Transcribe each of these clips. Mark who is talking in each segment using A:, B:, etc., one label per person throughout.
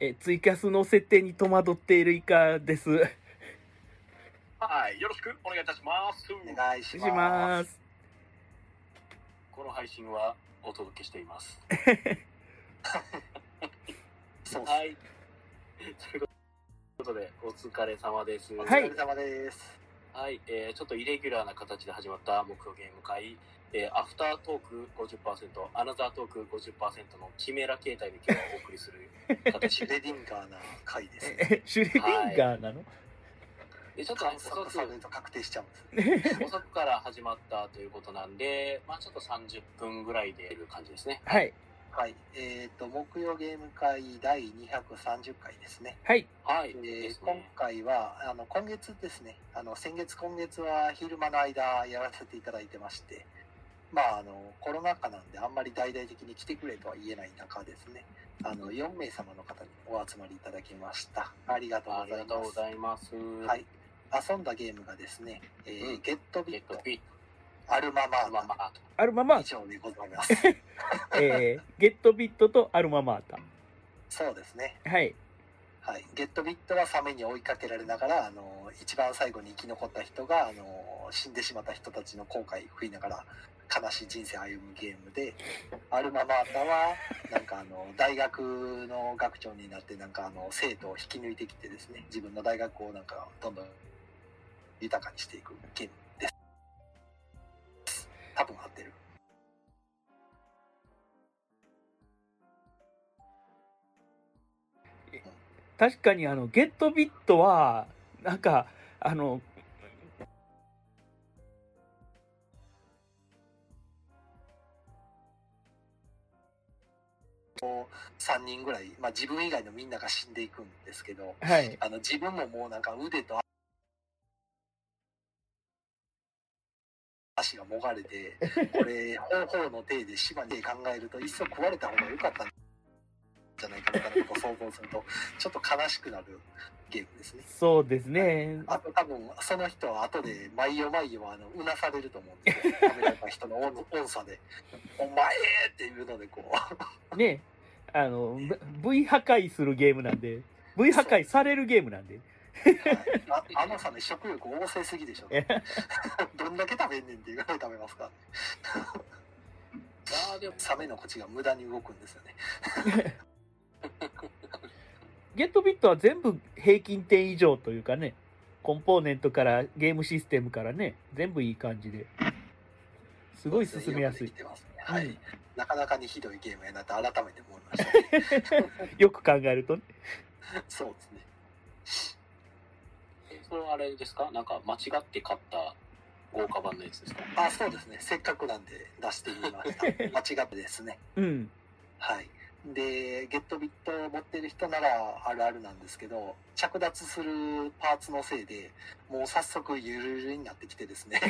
A: えーツイキャスの設定に戸惑っているイカです。
B: はい、よろしくお願いいたします。
C: お願いし
A: し
C: ます。
A: ます。
B: この配信はお届けしています。
C: そうです。
B: はい。ということで、お疲れ様です。
C: お
A: は
C: 疲
A: い
C: れ様です。
B: はい、えーちょっとイレギュラーな形で始まった目標ゲーム会、えーアフタートーク50%、アナザートーク50%のキメラ形態で今日はお送りする
C: シ
B: 形
C: ュ
B: で、
C: レ ディンガーな回ですね。
A: えシュレディンガーなの、
B: で ちょっと
C: 観
B: おそ
C: 察
B: ら
C: され
B: く
C: ると確定しちゃうんですね。
B: 遅くから始まったということなんで、まあちょっと30分ぐらいでやる感じですね。
A: はい。
C: はい。えっ、と、木曜ゲーム会第230回ですね。
A: はい。
B: はい、
C: えー
B: です
C: 今
B: ね。
C: 回は、あの、今月ですね。あの、先月、今月は昼間の間やらせていただいてまして、まあ、あの、コロナ禍なんであんまり大々的に来てくれとは言えない中ですね。あの、4名様の方にお集まりいただきました。ありがとう
B: あ
C: ご
B: り
C: ざ
B: が
C: い
B: とう
C: ま
B: ご
C: す。
B: ざいます。は
C: はい。遊んだゲームがですね、えー
B: うん
C: ゲットビ
B: え
C: ッ
B: っと
C: ト、、
B: ビッ
C: アルママ
B: グマ
C: ー
B: マート。
A: アルマ
C: タ
A: マ
C: 以
A: ー
C: 上でございます。
A: タ、えー、ゲットビットとアルママー
C: そうですね。
A: タ。はい。
C: はい。ゲットビットはサメに追いかけられながら、あの、一番最後に生き残った人が、あの、死んでしまった人たちの後悔を食いながら、悲しい人生を歩むゲームで、アルママータは、なんかあの、大学の学長になって、なんかあの、生徒を引き抜いてきてですね、自分の大学をなんか、どんどん豊かにしていくゲームです。多分合ってる。
A: 確かにあの、ゲットビットは、なんか、あの、
C: 3人ぐらい、まあ、自分以外のみんなが死んでいくんですけど
A: はい。
C: あの自分ももうなんか腕と足がもがれてこれ方法の体で島に考えるといっそ食われた方が良かったんじゃないかみたいなことを想像するとちょっと悲しくなるゲームですね。
A: そうですね。
C: あと多分その人は後で毎夜毎夜はあのうなされると思うんですよ。食べられた人の音音差で「お前!」っていうのでこう。
A: ね。あの、V 破壊するゲームなんで、V 破壊されるゲームなんで。
C: ああのさね、食欲旺盛すぎでしょ。 どんだけ食べんねんっていうぐらい食べますから、ね。
B: あーでも
C: サメの口が無駄に動くんですよね。
A: ゲットビットは全部平均点以上というかね、コンポーネントからゲームシステムからね、全部いい感じで。すごい進めやす
C: よ
A: い
C: く。できてますね。は
A: うん
C: い。なかなかにひどいゲームやなって改めて思いました、
A: よく考えるとね。
C: そうですね。
B: えそれはあれですかなんか間違って買った豪華版のやつですか
C: あ、そうですね。せっかくなんで出してみ ました。間違ってですね。
A: うん。
C: はい。で、ゲットビットを持ってる人ならあるあるなんですけど、着脱するパーツのせいで、もう早速ゆるゆるになってきて ですね、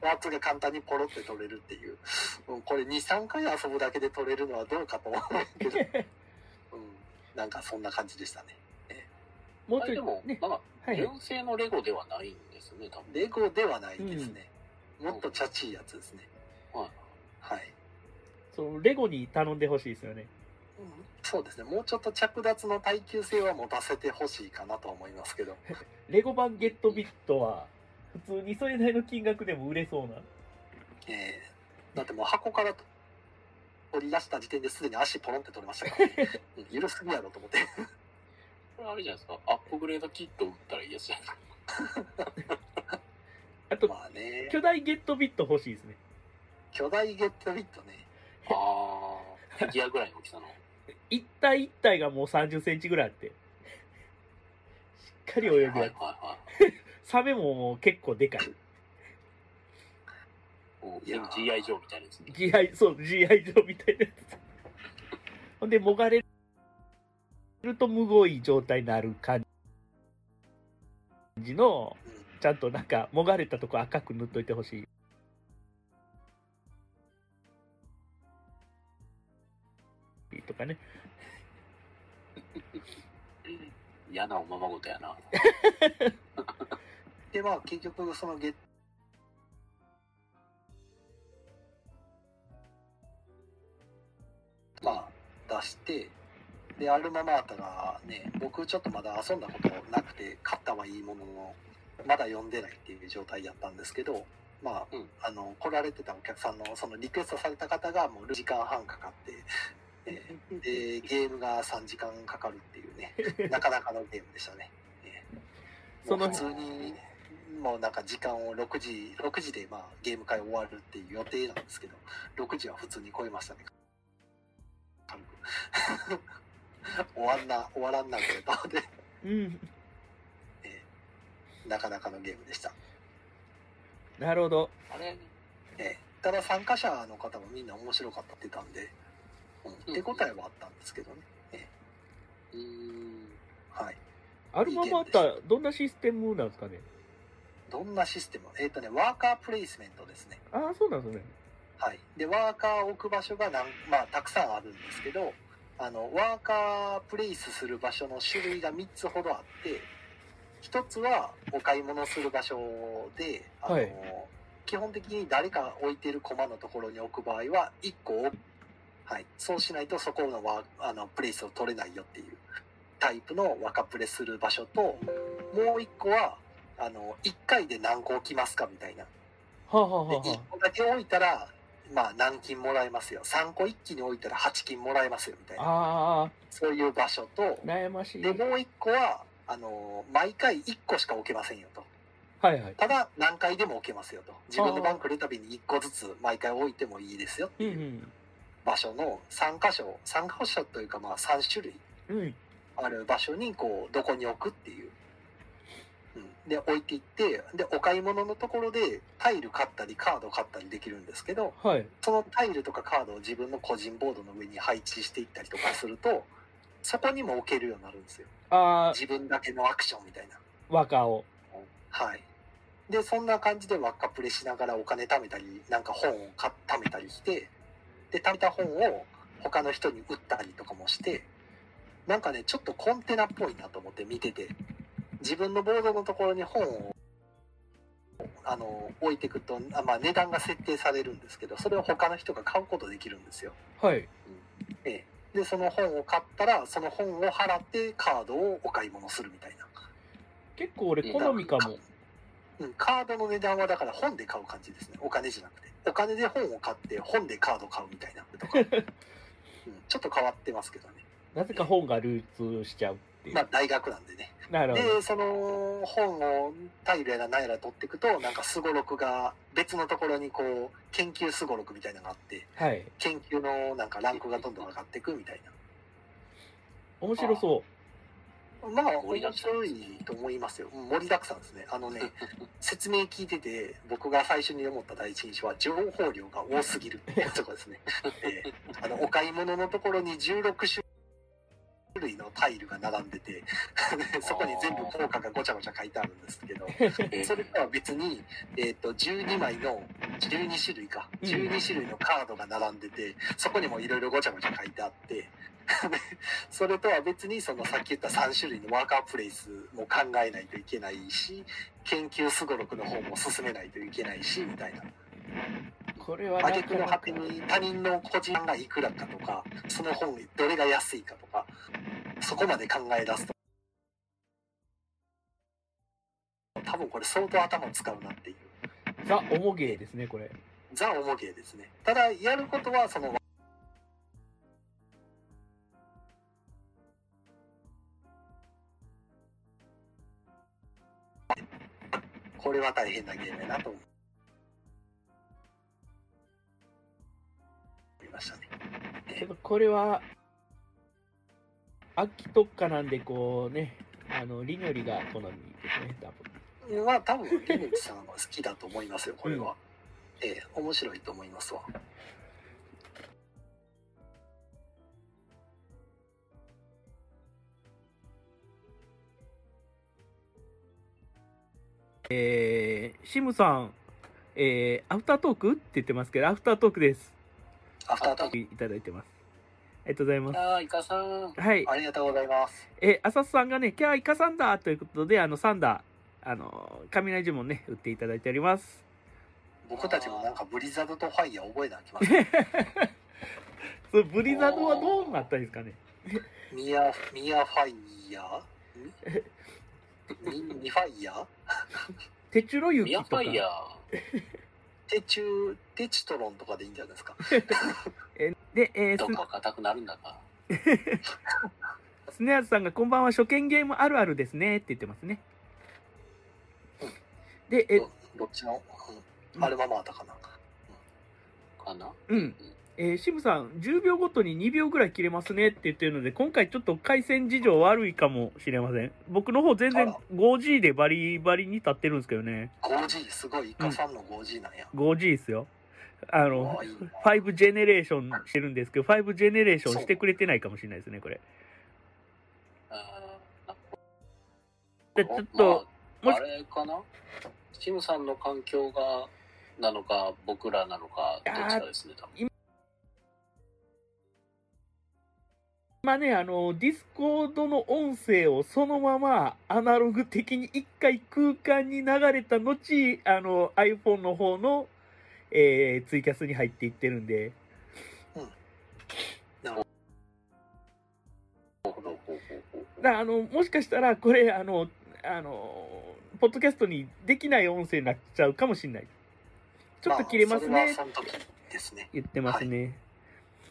C: パーツが簡単にポロって取れるっていう、もうこれ2、3回遊ぶだけで取れるのはどうかと思う けど、うん、なんかそんな感じでしたね。
A: もう
B: あ
A: ち
B: れで
A: ょ
B: も
A: い、、ね。
B: まあ、
A: はい。
B: 純正のレゴではないんですね、多分。
C: レゴではないですね。もっとチャチいやつですね。
B: はい。
C: はい。
A: そう、レゴに頼んでほしいですよね。
C: うんそうですね。もうちょっと着脱の耐久性は持たせてほしいかなと思いますけど。
A: レゴ版ゲットビットは、普通にそれなりの金額でも売れそうな。
C: えーだってもう箱から取り出した時点ですでに足ポロンって取れましたから、 ね、うん緩すぎやろと思って
B: これあれじゃないですか。アップグレードキット売ったらいいやつじゃない ですか。
A: あと、
C: まあね
A: 巨大ゲットビット欲しいですね。
C: 巨大ゲットビットね
B: ああ、フィギュアぐらいの大きさの。
A: 一体一体がもう30センチぐらいあって。しっかり泳ぐ
B: はいはい
A: やつ。
B: はい。
A: サメももう結構でかい。
B: こう
C: いやー
B: GI 上みたいなやつね。
A: GI、そう、GI 上みたいなやつ。ほんで、もがれるとむごい状態になる感じの、ちゃんとなんか、もがれたとこ赤く塗っといてほしい。とかね。
B: 嫌なおままごとやな。
C: でまあ結局そのゲッまあ出してで、アルママータがね、僕ちょっとまだ遊んだことなくて、勝ったはいいものの、まだ読んでないっていう状態やったんですけど、まあ、
B: うん
C: あの、来られてたお客さんの、そのリクエストされた方がもう時間半かか って、えーで、ゲームが3時間かかるってい うね、なかなかのゲームでしたね。えー
A: その
C: もう普通に、もうなんか時間を6時、6時でまあゲーム会終わるっていう予定なんですけど、6時は普通に超えましたね。軽く 終わんな、終わらんなって言ったので、
A: うん。
C: なかなかのゲームでした。
A: なるほど。
B: あれ
C: ええただ参加者の方もみんな面白かったって言ってたんで、うん、手応えはあったんですけどね。
B: うーん。
C: はい。
A: アルママータ、どんなシステムなんですかね
C: どんなシステムえっ、とね、ワーカープレイスメントですね。
A: ああ、そうなんですね。
C: はい。で、ワーカーを置く場所がなん、まあ、たくさんあるんですけど、あの、ワーカープレイスする場所の種類が3つほどあって、1つはお買い物する場所で、あの、
A: はい
C: 基本的に誰か置いてる駒のところに置く場合は、1個を、はい。そうしないとそこのワーあの、プレイスを取れないよっていうタイプのワーカープレイする場所と、もう1個は、あの、1回で何個置きますかみたいな。
A: はあ、はあ
C: で
A: はあは
C: 1個だけ置いたら、まあ、何金もらえますよ3個一気に置いたら8金もらえますよみたい
A: あ、
C: な
A: ああ
C: そういう場所と
A: ー、悩ましい。
C: でもう1個はあの毎回1個しか置けませんよと
A: はいはい。
C: ただ何回でも置けますよと自分の番来るたびに1個ずつ毎回置いてもいいですよって
A: うん
C: いう場所の3箇所3箇所というかまあ3種類
A: うん。うん。
C: ある場所にこうどこに置くっていう、うん、で置いていってでお買い物のところでタイル買ったりカード買ったりできるんですけど
A: はい。
C: そのタイルとかカードを自分の個人ボードの上に配置していったりとかすると、そこにも置けるようになるんですよ。
A: ああ、
C: 自分だけのアクションみたいな。
A: 和歌を。
C: はい。で、そんな感じで輪っかプレしながらお金貯めたり、なんか本を買っ貯めたりして、で、貯めた本を他の人に売ったりとかもして、なんかね、ちょっとコンテナっぽいなと思って見てて、自分のボードのところに本を、あの、置いていくと、あまあ値段が設定されるんですけど、それを他の人が買うことできるんですよ。
A: はい。
C: ええ、でその本を買ったらその本を払ってカードをお買い物するみたいな、
A: 結構俺好みかも。
C: うん、カードの値段はだから本で買う感じですねお金じゃなくてお金で本を買って本でカード買うみたいなとか、うん、ちょっと変わってますけどね
A: なぜか本がルーツしちゃうっていう
C: ま。あ大学なんでね
A: なるほど。
C: でその本をタイルやら何やら取っていくとなんかすごろくが別のところにこう研究すごろくみたいなのがあって
A: はい。
C: 研究のなんかランクがどんどん上がっていくみたいな
A: 面白そ
C: まあ
B: 盛りだ
C: 面
B: くさん
C: 白いと思いますようん盛りだくさんですねあの ね説明聞いてて僕が最初に思った第一印象は情報量が多すぎるっていうとこです ね、えーあのお買い物のところに16種類のタイルが並んでて そこに全部効果がごちゃごちゃ書いてあるんですけど
B: え
C: それとは別に、えー、と12枚の12種類か
A: うん
C: 12種類のカードが並んでてそこにもいろいろごちゃごちゃ書いてあって それとは別にそのさっき言った3種類のワーカープレイスも考えないといけないし研究すごろくの方も進めないといけないしみたいな
A: う。これはな
C: 挙句
A: か
C: の
A: な
C: 果
A: か
C: てに他人の個人がいくらかとかその本どれが安いかとかそこまで考え出すと多分これ相当頭使うなっていう
A: ザ・おもげですね、これ。
C: ザ・オモゲーですねただやることはそのこれは大変なゲームやなと思いましたね
A: けどこれは、秋特化なんで、こうね、あの、りのりが好みですね、多分。
C: まあ多分リムチさんは好きだと思いますよこれは、ええ面白いと思いますわ
A: えー、シムさん、えー、アフタートークって言ってますけど、アフタートークです。
C: アフタートーク
A: いただいてます。ありがとうございます。
B: ああ、イカさん。
A: はい。
C: ありがとうございます
A: えー、浅瀬さんがね、キャーイカサンダーということで、あの、サンダー、あの、雷呪文ね、打っていただいております。
C: 僕たちもなんかブリザードとファイヤー覚えなきゃいけません
A: そうブリザードはどうなったんですかね
C: ミア、ミアファイヤーんミミファイヤー
A: テチュロユキ
B: ミア
A: と
B: フ
A: か
B: ァイヤ
C: テチュ、テチトロンとかでいいんじゃないですか。
A: で、え
B: ー
A: ー
B: とか硬くなるんだか。
A: すスネアズさんが「こんばんは初見ゲームあるあるですね」って言ってますねでえ
C: どどっちの、う
A: うん
C: ん、アルママータかな。
B: かな
A: うんえー、シムさん10秒ごとに2秒ぐらい切れますねって言ってるので今回ちょっと回線事情悪いかもしれません僕の方全
C: あ
A: 然
C: ら
A: 5G でバリバリに立ってるんですけどね
C: 5G、すごい、イカさんの 5G なんや。
A: 5G ですよあの
C: あいいな
A: 5ジェネレーションしてるんですけど5ジェネレーションしてくれてないかもしれないですねこれ
B: あ
A: でちょっと、
B: まあ、
A: もし
B: あれかなシムさんの環境が、なのか、僕らなのか、どっちかですね、多分。
A: まあねあのディスコードの音声をそのままアナログ的に一回空間に流れた後あの iPhone の方の、えーツイキャスに入っていってるんで
B: ほうほうほうほうほう
A: だあのもしかしたらこれあのあのポッドキャストにできない音声になっちゃうかもしれないちょっと切れます
C: まあ
A: ね
C: それはその時ですね。
A: 言ってますね、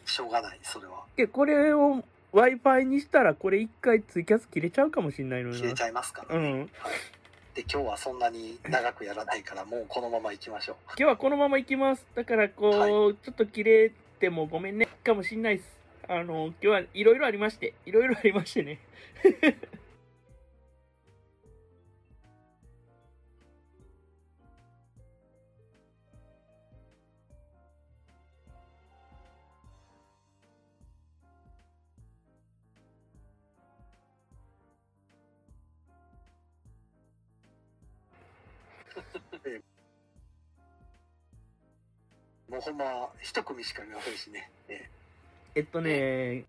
C: しょうがない、それは。
A: でこれを w i f i にしたらこれ一回ツイキャス切れちゃうかもしれないのよ
C: 切れち
A: な
C: ゃいますから。
A: うん
C: で、今日はそんなに長くやらないから、もうこのまま行きましょう。
A: 今日はこのまま行きますだからこう、
C: はい
A: ちょっと切れてもごめんねかもしんないですあの今日はいろいろありましていろいろありましてね
C: もうほんま、一組しかいませんしね。え
A: えっとね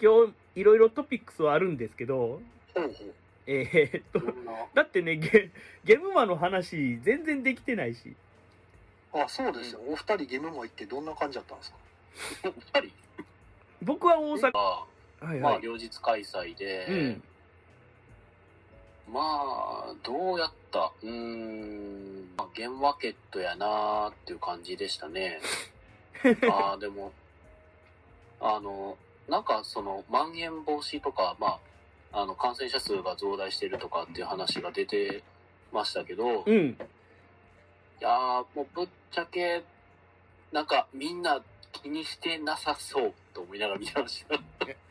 A: 今日いろいろトピックスはあるんですけど
C: えほうほう。
A: えーっ
C: ど
A: と
C: んな
A: だってねゲゲムマの話全然できてないし
C: あ、そうですよ。お二人ゲームも行ってどんな感じだったんですか
B: やっぱり、
A: 僕は大阪
B: ま
A: はい
B: あ、ま
A: は
B: あ、
A: い、
B: 両日開催で、
A: うん、
B: まあ、どうやったうーん、まあ、ゲームマーケットやなーっていう感じでした ね。ああ、でも、あの、なんかその、まん延防止とか、まあ、あの、感染者数が増大してるとかっていう話が出てましたけど、
A: う
B: い
A: ん、
B: やーもうぶっちゃけ、なんかみんな気にしてなさそうと思いながら見てました。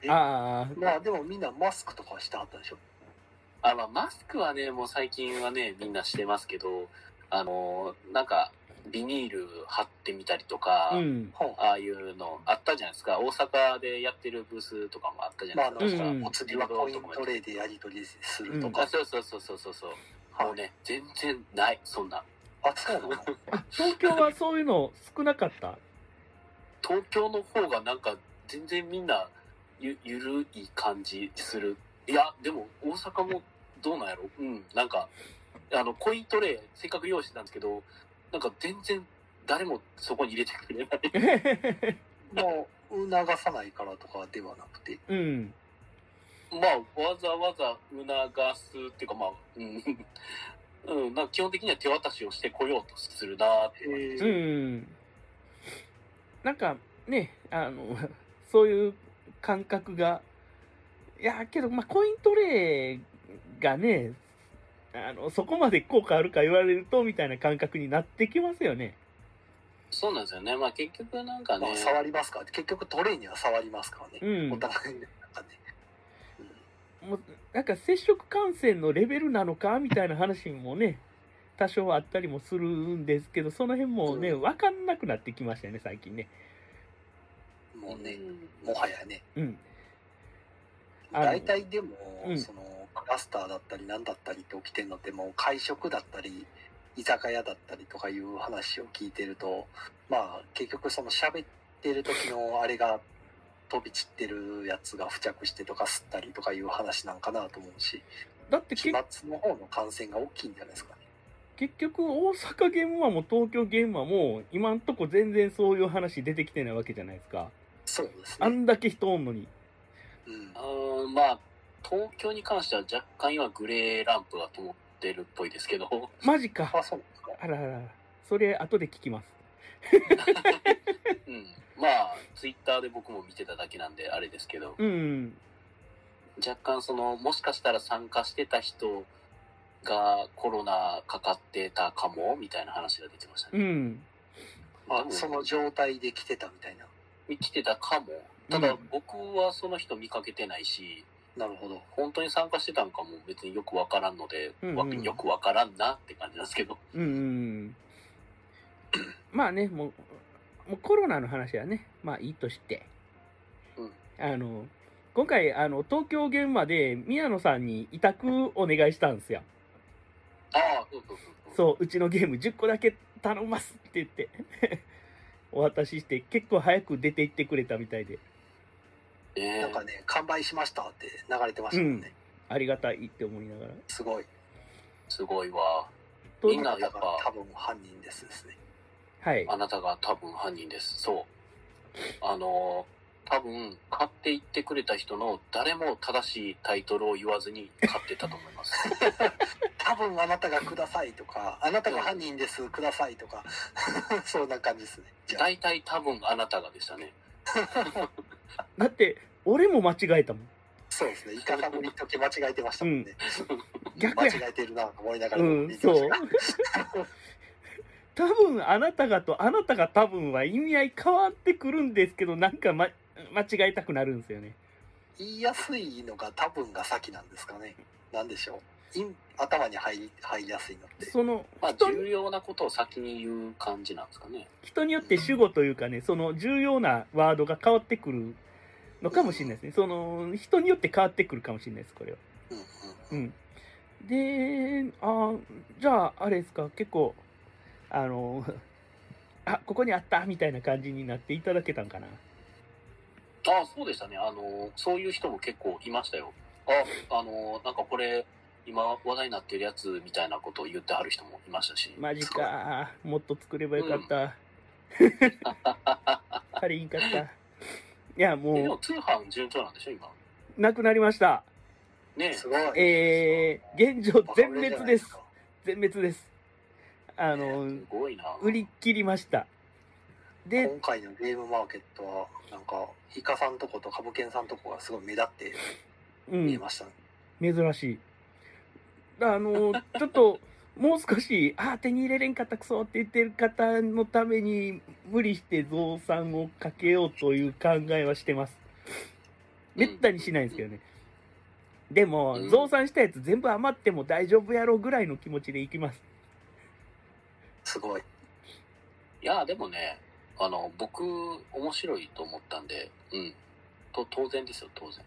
A: ああ
C: まあでもみんなマスクとかしてはったでしょ。
B: あ、まあ、マスクはね、もう最近はね、みんなしてますけど、あのーなんか、ビニール貼ってみたりとか、
A: うん
C: ほう
B: ああいうのあったじゃないですか。大阪でやってるブースとかもあったじゃ
C: まあ
B: ない
C: あの、
B: ですか。
A: うん
C: お釣りはコイントレーでやり取りするとか。
B: あそうそうそうそうそうそう。
C: はい
B: もうね、全然ない、そんな。
C: あ、そうなの
A: 東京はそういうの少なかった
B: 東京の方がなんか、全然みんなゆ、ゆるい感じする。いや、でも大阪もどうなんやろうん、なんか、あの、コイントレイ、せっかく用意してたんですけど、なんか全然誰もそこに入れてくれない。
C: もう促さないからとかではなくて。
A: うん
B: まあ、わざわざ促すっていうか、まあ、うん。うん、 なんか基本的には手渡しをしてこようとするなーっていう感じです
A: う。んなんかねあのそういう感覚がいやけどまあコイントレイがねあのそこまで効果あるか言われるとみたいな感覚になってきますよね
B: そうなんですよね。まあ結局なんか
C: ま
B: ね
C: あ、、触りますから。結局トレーには触りますから
A: う
C: ね。
A: ん
C: お互いになんかね。
A: もうなんか接触感染のレベルなのかみたいな話も ね多少はあったりもするんですけどその辺もね
C: う
A: 分かんなくなってきましたよね最近ね
C: もうね、
B: うん
C: もはやね。
A: うんあの
C: 大体でも、
A: うん
C: そのクラスターだったり何だったりって起きてるのってもう会食だったり居酒屋だったりとかいう話を聞いてるとまあ結局その喋ってる時のあれが飛び散ってるやつが付着してとか吸ったりとかいう話なんかなと思うし
A: だって
C: 飛
A: 結
C: 沫の方の感染が大きいんじゃないですかね。
A: 結局、大阪ゲームはも東京ゲームはもう、今んとこ全然そういう話出てきてないわけじゃないですか。
C: そうです
A: あ
C: ね。
A: んだけ人おんのに。
C: うん
B: う、ーん、まあ、東京に関しては若干今グレーランプが灯ってるっぽいですけど、
A: マジか。
C: あ、そうなんですか。
A: あらあらあら。それ、後で聞きます。
B: うん、まあ、ツイッターで僕も見てただけなんであれですけど、
A: うん。
B: 若干その、もしかしたら参加してた人がコロナかかってたかも、みたいな話が出てました
A: う
B: ね。
A: ん。
C: あ
B: 多、分
C: その状態で来てたみたいな。
B: 見てたかも。ただ僕はその人見かけてないし、
C: なるほど。
B: 本当に参加してたんかも別によくわからんので、
A: うんうん
B: わよくわからんなって感じなんですけど。
A: うんうんうん。まあね、もう、もうコロナの話はね、まあいいとして。
B: うん
A: あの、今回、あの、東京現場で宮野さんに委託お願いしたんですよ。
B: ああ、そうそうそうそう。
A: そう、うちのゲーム10個だけ頼ますって言って、 お渡しして、結構早く出て行ってくれたみたいで、
B: ねえ
C: なんかね、完売しましたって流れてましたもんね。
A: ありがたいって思いながら。
C: すごい。
B: すごいわ。
A: と
B: みんな
C: だから多分犯人ですですね。
A: はい。
B: あなたが多分犯人です。そう。あのー、多分、買っていってくれた人の誰も正しいタイトルを言わずに買ってたと思 います。
C: 多分あなたがくださいとか、あなたが犯人です、くださいとか、 そんな感じですね。じゃあ
B: 大体多分あなたがでしたね。
A: だって、俺も間違えたもん。
C: そうですね。イカサムリ時間違えてましたもんね。
A: 逆
C: 間
A: や
C: 違。えてるなと思いながら
A: う
C: 見
A: ん、
C: て
A: そ
C: ま
A: う
C: したが。。
A: 多分あなたがとあなたが多分は意味合い変わってくるんですけど、なんか、ま、間違えたくなるんですよね。
C: 言いやすいのが多分が先なんですかね。なんでしょう。イン頭に入り入りやすいのって。
A: その
B: まあ、
A: 人に
B: 重要なことを先に言う感じなんですかね。
A: 人によって主語というかね、その重要なワードが変わってくるのかもしれないですね。その人によって変わってくるかもしれないです、これは。
C: うんうん
A: うん。で、あじゃあ、あれですか、結構、あの、 あ、ここにあったみたいな感じになっていただけたんかな。
B: ああ、そうでしたね。あのー、そういう人も結構いましたよ。あ、あのー、なんかこれ、今話題になってるやつみたいなことを言ってはる人もいましたし。
A: マジか。もっと作ればよかった。あれ、いいかった。いや、
B: え。で
A: も
B: も通販順調なんでしょ、今。
A: う、なくなりました。
B: ね
C: すごい。
A: えー、現状
C: バカ
A: 全
C: 売れじゃ
A: 滅
C: ない
A: です
C: か。
A: 全滅です。あの、
B: すごいな。
A: 売り切りました。で、
C: 今回のゲームマーケットはなんかイカさんとことカブケンさんとこがすごい目立って
A: う
C: 見え
A: ん、
C: ましたね、
A: 珍しい。あの、ちょっと、もう少し、あー手に入れれんかったくそって言ってる方のために、無理して増産をかけようという考えはしてます。めったにしないんですけどね。でも
B: う、ん
A: 増産したやつ全部余っても大丈夫やろうぐらいの気持ちでいきます。
C: すごい
B: いや、でもね、あの、僕、面白いと思ったんで、うん。と、当然ですよ、当然。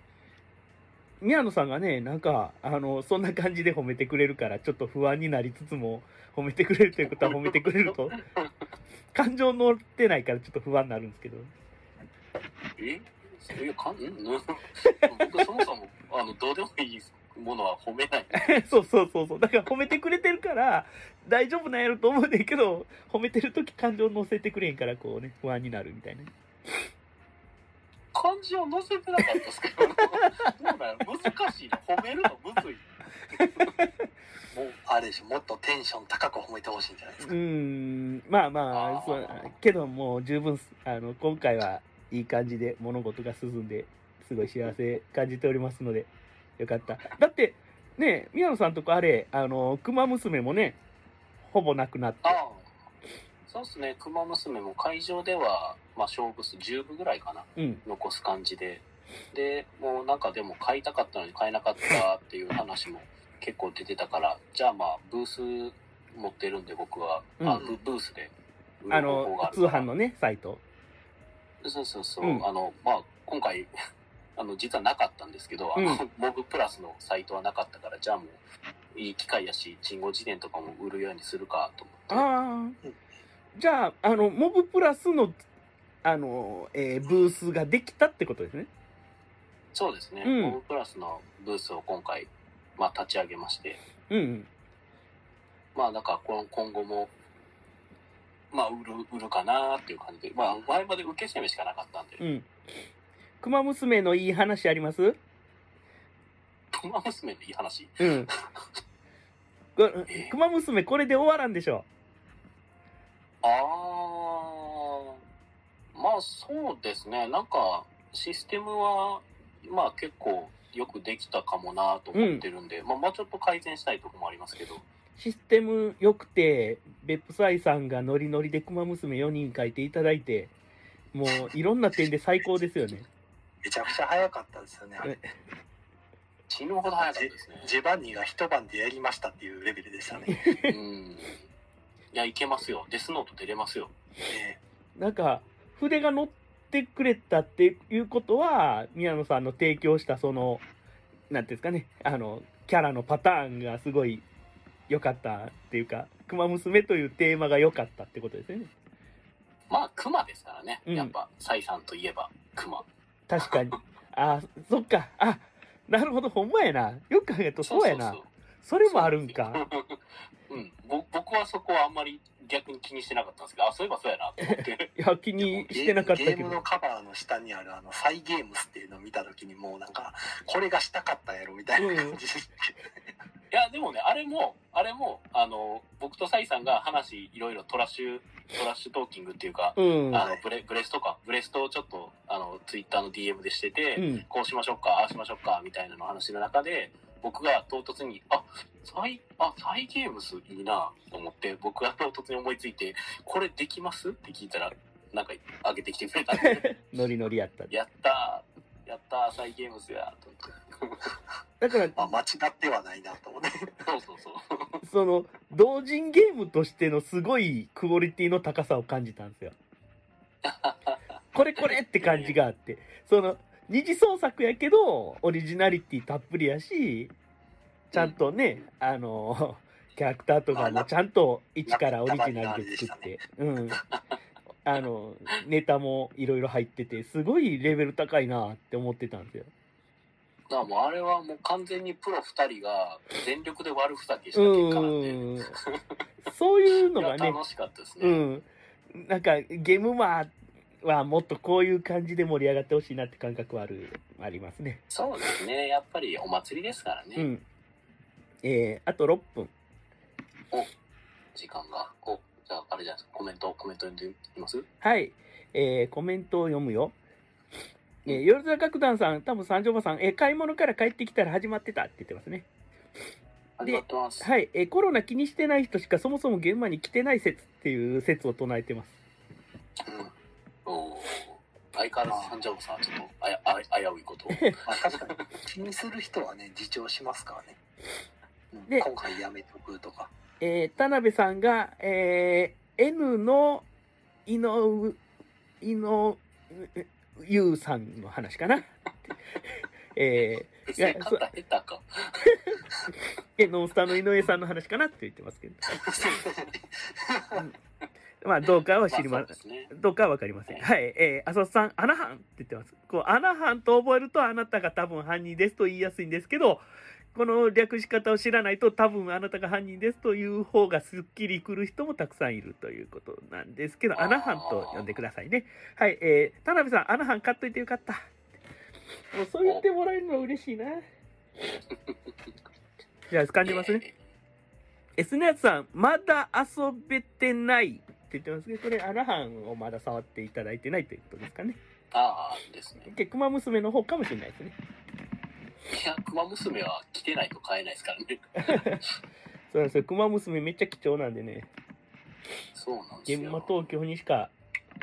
A: 宮野さんがね、なんか、あの、そんな感じで褒めてくれるから、ちょっと不安になりつつも、褒めてくれるということは褒めてくれる と、感情乗ってないからちょっと不安になるんですけど。
B: えそういうかん、 うん、僕、そもそも、あの、どうでもいいものは褒めない。
A: そうそうそうそう。だから褒めてくれてるから、大丈夫なんやろと思うねんけど、褒めてるとき感情乗せてくれへんから、こうね、不安になるみたいな。
B: 漢字を載せてなかったですけど、どうだよ、難しいな。褒めるのむずい。
C: もうあれでしょもっとテンション高く褒めてほしいんじゃない
A: う
C: ですか、
A: ーん、まあま
B: あ
A: あ、
B: ー
A: そうけどもう十分、あの、今回はいい感じで物事が進んで、すごい幸せ感じておりますので、よかった。だって、ね、宮野さんとかあれ、あの、熊娘もね、ほぼなくなって。
B: ああ。そうっすね、熊娘も会場では、まあ、勝負数10部ぐらいかな。
A: うん。
B: 残す感じで。で、もうなんかでも買いたかったのに買えなかったっていう話も結構出てたから、じゃあまあブース持ってるんで僕は、あ
A: うん
B: ブブースで売
A: あ
B: る方法
A: の
B: があ、る
A: 通
B: から
A: 販のね、サイト。
B: そうそうそう、
A: うん
B: あの、まあ今回、 あの、実はなかったんですけど、あの、モブプラスのサイトはなかったから、じゃあもう、いい機会やし、チンゴ辞典とかも売るようにするかと思って。
A: ああ。じゃあ、あの、モブプラスの、あの、えーブースができたってことですね。
B: そうですね、
A: うん
B: モブプラスのブースを今回、まあ立ち上げまして、
A: うん。
B: まあなんかこの今後も、まあ売る、売るかなっていう感じで、まあ前まで受け攻めしかなかったんで、
A: うん。熊娘のいい話あります
B: クマ娘のいい話。
A: うん。こ
B: え
A: 熊娘これで終わらんでしょ。
B: あー、まあそうですね、なんかシステムは、まあ結構よくできたかもなと思ってるんで、まあもうちょっと改善したいとこもありますけど、
A: システム良くて、別府斎さんがノリノリで熊娘4人書いていただいて、もういろんな点で最高ですよね。
C: めちゃくちゃ早かったですよね。あれ
B: 死ぬほど早かったですね。
C: ジェバンニが一晩でやりましたっていうレベルでした ね。
B: うん。いや、いけますよ。デスノート出れますよ。
C: え
A: なんか、筆が乗ってくれたっていうことは、宮野さんの提供したその、なんていうんですかね、あの、キャラのパターンがすごい良かったっていうか、熊娘というテーマが良かったってことですよね。
B: まあ、熊ですからね。
A: うん
B: やっぱ、サイさんといえば、熊。
A: 確かに。あ、そっか。あ、なるほど、ほんまやな。よく考えるとそうやな。そ
B: そう
A: れもあるんか。
B: そううん。ぼ僕はそこはあんまり逆に気にしてなかったんですけど、あ、そういえばそうやなと思って。
A: いや、気にしてなかったけ
C: ゲームの
A: ど。
C: カバーの下にあるあのサイゲームスっていうのを見た時にもうなんかこれがしたかったんやろみたいな感じで、
B: いや、でもね、あれも、あれも、あの、僕とサイさんが話、いろいろトラッシュ、トラッシュトーキングっていうか、
A: うん。
B: あのブレブレストか、ブレストをちょっと、あの、ツイッターの DM でしてて、
A: うん。
B: こうしましょうか、ああしましょうか、みたいなの話の中で、僕が唐突に、あ、サイ、あ、サイゲームスいいなと思って、僕が唐突に思いついて、これできますって聞いたら、なんか、あげてきてくれたんで、
A: ノリノリやった。
B: やったー、やったー、サイゲームスやと思って。
A: だから、
C: まあ、間違ってはないなと思って
B: そうそうそう。
A: その、同人ゲームとしてのすごいクオリティの高さを感じたんですよ。これこれって感じがあって。その、二次創作やけど、オリジナリティたっぷりやし、ちゃんとね、あの、キャラクターとかもちゃんと一からオリジナルで作って、うん。あの、ネタもいろいろ入ってて、すごいレベル高いなって思ってたんですよ。
B: だからもうあれはもう完全にプロ二人が全力で悪ふざけした
A: う
B: 結果なんで、い
A: ん。そういうのが
B: や
A: ね、
B: 楽しかったですね。
A: うん。なんか、ゲームマーはもっとこういう感じで盛り上がってほしいなって感覚はある、ありますね。
B: そうですね、やっぱりお祭りですからね、
A: うん。えー、あと6分。
B: 時間が。おじゃあ、あれじゃないですか、コメント、コメント読んでいます
A: はい。えー、コメントを読むよ。えー、夜空楽団さん、多分三条馬さん、えー買い物から帰ってきたら始まってたって言ってますね。
B: 始まってます。
A: はい。えーコロナ気にしてない人しかそもそも現場に来てない説っていう説を唱えてます。
B: おー相変わらず三条さんはちょっとあやあや危うい ことを。
C: まあ確かに気にする人はね自重しますからね、うん
A: で
C: 今回やめとくとか
A: えー田辺さんが、えー N の井上、井上優さんの話かな。えいや
B: せ方下手か。
A: ーえ、ノンスターの井上さんの話かなって言ってますけど。まあ、どうか は知り
B: まあ
A: ま
B: そうで、すね。
A: どうかはわかりません。はい。えー、浅田さん、アナハンって言ってます。こう、アナハンと覚えると、あなたが多分犯人ですと言いやすいんですけど、この略し方を知らないと、多分あなたが犯人ですという方がすっきりくる人もたくさんいるということなんですけど、アナハンと呼んでくださいね。はい。えー、田辺さん、アナハン買っといてよかった。 もうそう言ってもらえるのは嬉しいな。じゃあ、感じますね。エスネアツさん、まだ遊べてないって言ってますけど、これ、アナハンをまだ触っていただいてないということですかね。
B: えーああ、ですね。
A: で、熊娘の方かもしれないですね。
B: いや、熊娘は来てないと買えないですからね。
A: そうなんですよ。熊娘めっちゃ貴重なんでね、
B: そうなんですよ。
A: 現場東京にしか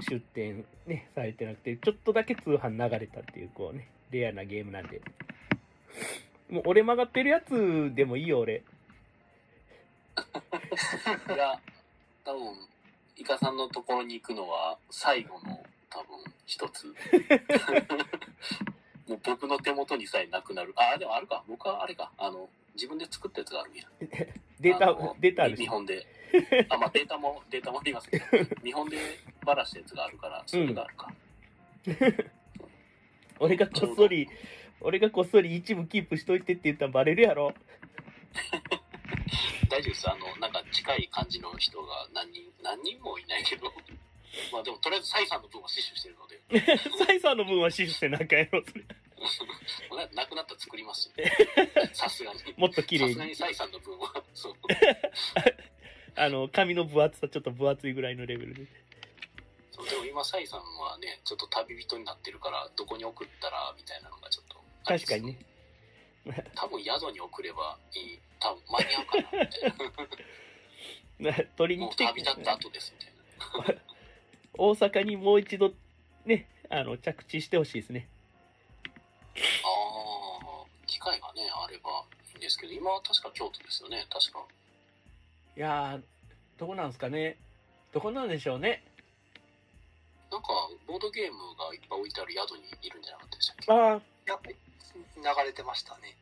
A: 出店ね、されてなくて、ちょっとだけ通販流れたっていう、こうね、レアなゲームなんで。もう俺曲がってるやつでもいいよ、俺。
B: いや、多分、イカさんのところに行くのは最後の多分一 つ。もう僕の手元にさえなくなる。あ、でもあるか。僕はあれか。あの、自分で作ったやつがあるんや。
A: デー
B: あ
A: タ
B: の、
A: データある
B: 日
A: し。
B: 本で。あ、まあデータも、データもありますけど、日本でばらしたやつがあるから、それがあるか。
A: 俺がこっそり、俺がこっそり一部キープしといてって言ったらバレるやろ。
B: 大丈夫です。あの、なんか近い感じの人が何人、何人もいないけど。 まあでも、とりあえず、サイさんの分は摂取してるので、
A: サイさんの分は死守してなんかやろうそれ
B: もうななくなったら作 りますよ。さすがに。
A: もっと綺
B: さ
A: 麗
B: すが
A: に
B: にサイさんの分は、 そう。
A: あの髪の分厚さちょっと分厚いぐらいのレベルで
B: そうでも今、サイさんはね、ちょっと旅人になってるから、どこに送ったら、みたいなのがちょっと。
A: 確かにね。
B: 多分宿に送ればいい。多分間に合うかな、みたい
A: な取り
B: な。
A: に
B: も
A: 来
B: う
A: て
B: 旅立った後です、みたいな。
A: 大阪にもう一度ねあの着地してほしいですね
B: ああ、機会がね、あればいいんですけど、今は確か京都ですよね、確か。
A: いやーどこなんですかねどこなんでしょうね
B: なんか、ボードゲームがいっぱい置いてある宿にいるんじゃなかったでしたっけ
A: ああ
C: やっぱり流れてましたね。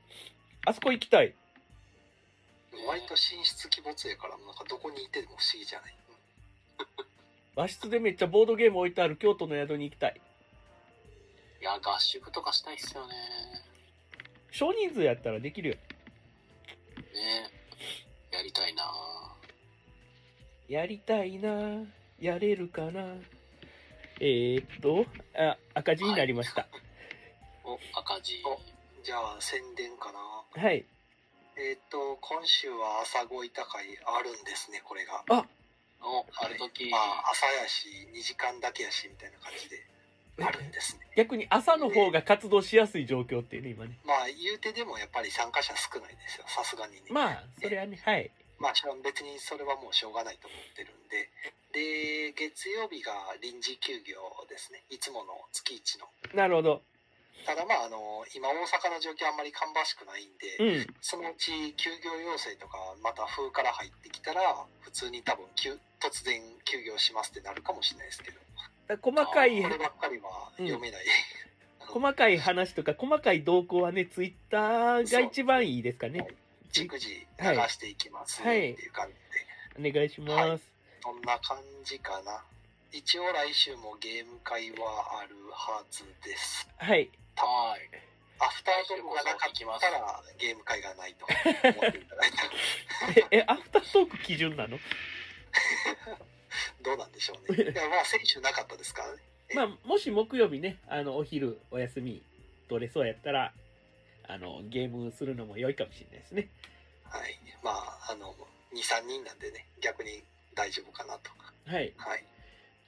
A: あそこ行きたい
C: 割と神出鬼没やから、なんかどこにいても不思議じゃない。
A: 和室でめっちゃボードゲーム置いてある京都の宿に行きたい
B: いや、合宿とかしたいっすよね。
A: 少人数やったらできるよ
B: ねやりたいな
A: やりたいなぁやれるかなえー、っとあ赤字になりました
B: お、赤字。
C: おじゃあ宣伝かな。
A: はい
C: えっ、と、今週は朝ごいた会あるんですね、これが。
A: あ
B: お、ある時、
C: まあ、朝やし、2時間だけやし、みたいな感じで、あるんですね。
A: 逆に朝の方が活動しやすい状況っていうね今ね
C: まあ、言うてでもやっぱり参加者少ないですよ、さすがにね。
A: まあそれはねはい
C: まあ、しょう別にそれはもうしょうがないと思ってるんで。で、月曜日が臨時休業ですね。いつもの月一の。
A: なるほど
C: ただまあ、あの、今大阪の状況あんまり芳しくないんで、
A: うん
C: そのうち休業要請とかまた風から入ってきたら普通に多分休突然休業しますってなるかもしれないですけど
A: 細かい
C: こればっかりは読めない、
A: 細かい話とか細かい動向はねツイッターが一番いいですかね
C: 逐次流していきますって
A: はい
C: いう感じ
A: お願いします
C: で、そんな感じかな一応来週もゲーム会はあるはずです
A: はい
B: はい。
C: アフタートークがなかったらゲーム会がないと思っていただいたら
A: ええアフタートーク基準なの
C: どうなんでしょうねいやまあ先週なかったですからね
A: まあもし木曜日ねあのお昼お休み取れそうやったらあのゲームするのも良いかもしれないですね
C: はい、まあ、あの、2、3人なんでね、逆に大丈夫かなと。
A: はい
C: はい。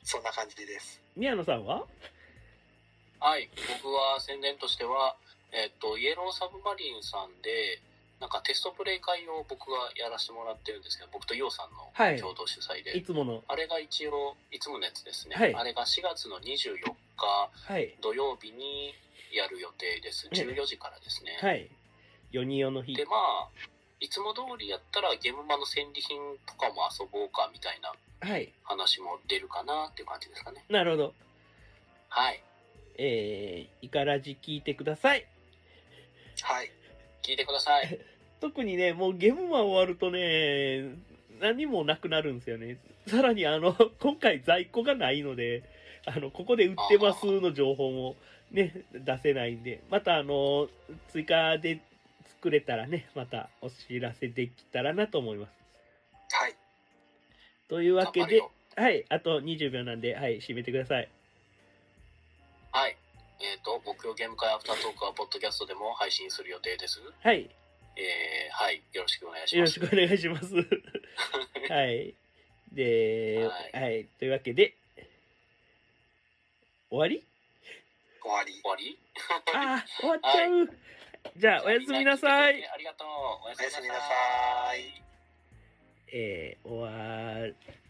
C: そんな感じです。
A: 宮野さんは
B: はい、僕は宣伝としては、えっと、イエローサブマリンさんで、なんかテストプレイ会を僕がやらせてもらってるんですけど、僕とヨウさん
A: はい
B: の共同主催で、
A: いつもの
B: あれが一応、いつものやつですね。
A: はい
B: あれが4月の24日
A: はい
B: 土曜日にやる予定です。
A: ええ
B: 14時からですね。
A: はい4人用の日
B: で、まあ、いつも通りやったらゲームマの戦利品とかも遊ぼうかみたいな
A: はい
B: 話も出るかなっていう感じですかね。
A: なるほど
B: はい。
A: えー、イカラジ聞いてください
C: はい。
B: 聞いてください。
A: 特にねもうゲームは終わるとね何もなくなるんですよねさらにあの 今回在庫がないのであのここで売ってますの情報もね出せないんでまたあの追加で作れたらねまたお知らせできたらなと思います
C: はい。
A: というわけ
B: 頑張
A: で
B: るよ
A: はいあと20秒なんではい締めてください
B: はい。えっ、と、木曜ゲーム会アフタートークは、ポッドキャストでも配信する予定です。
A: はい
B: えー、はい。よろしくお願いし
A: よ
B: ま
A: ろ
B: す。
A: しくお願いします はいで
B: は
A: はい、というわけで終わり
C: 終わり。
B: 終わり
A: あー終わっちゃう、じゃあおやすみなさい
B: みん聞てくれてありがとう。おや
C: おやすみなさい。
A: えー、終わ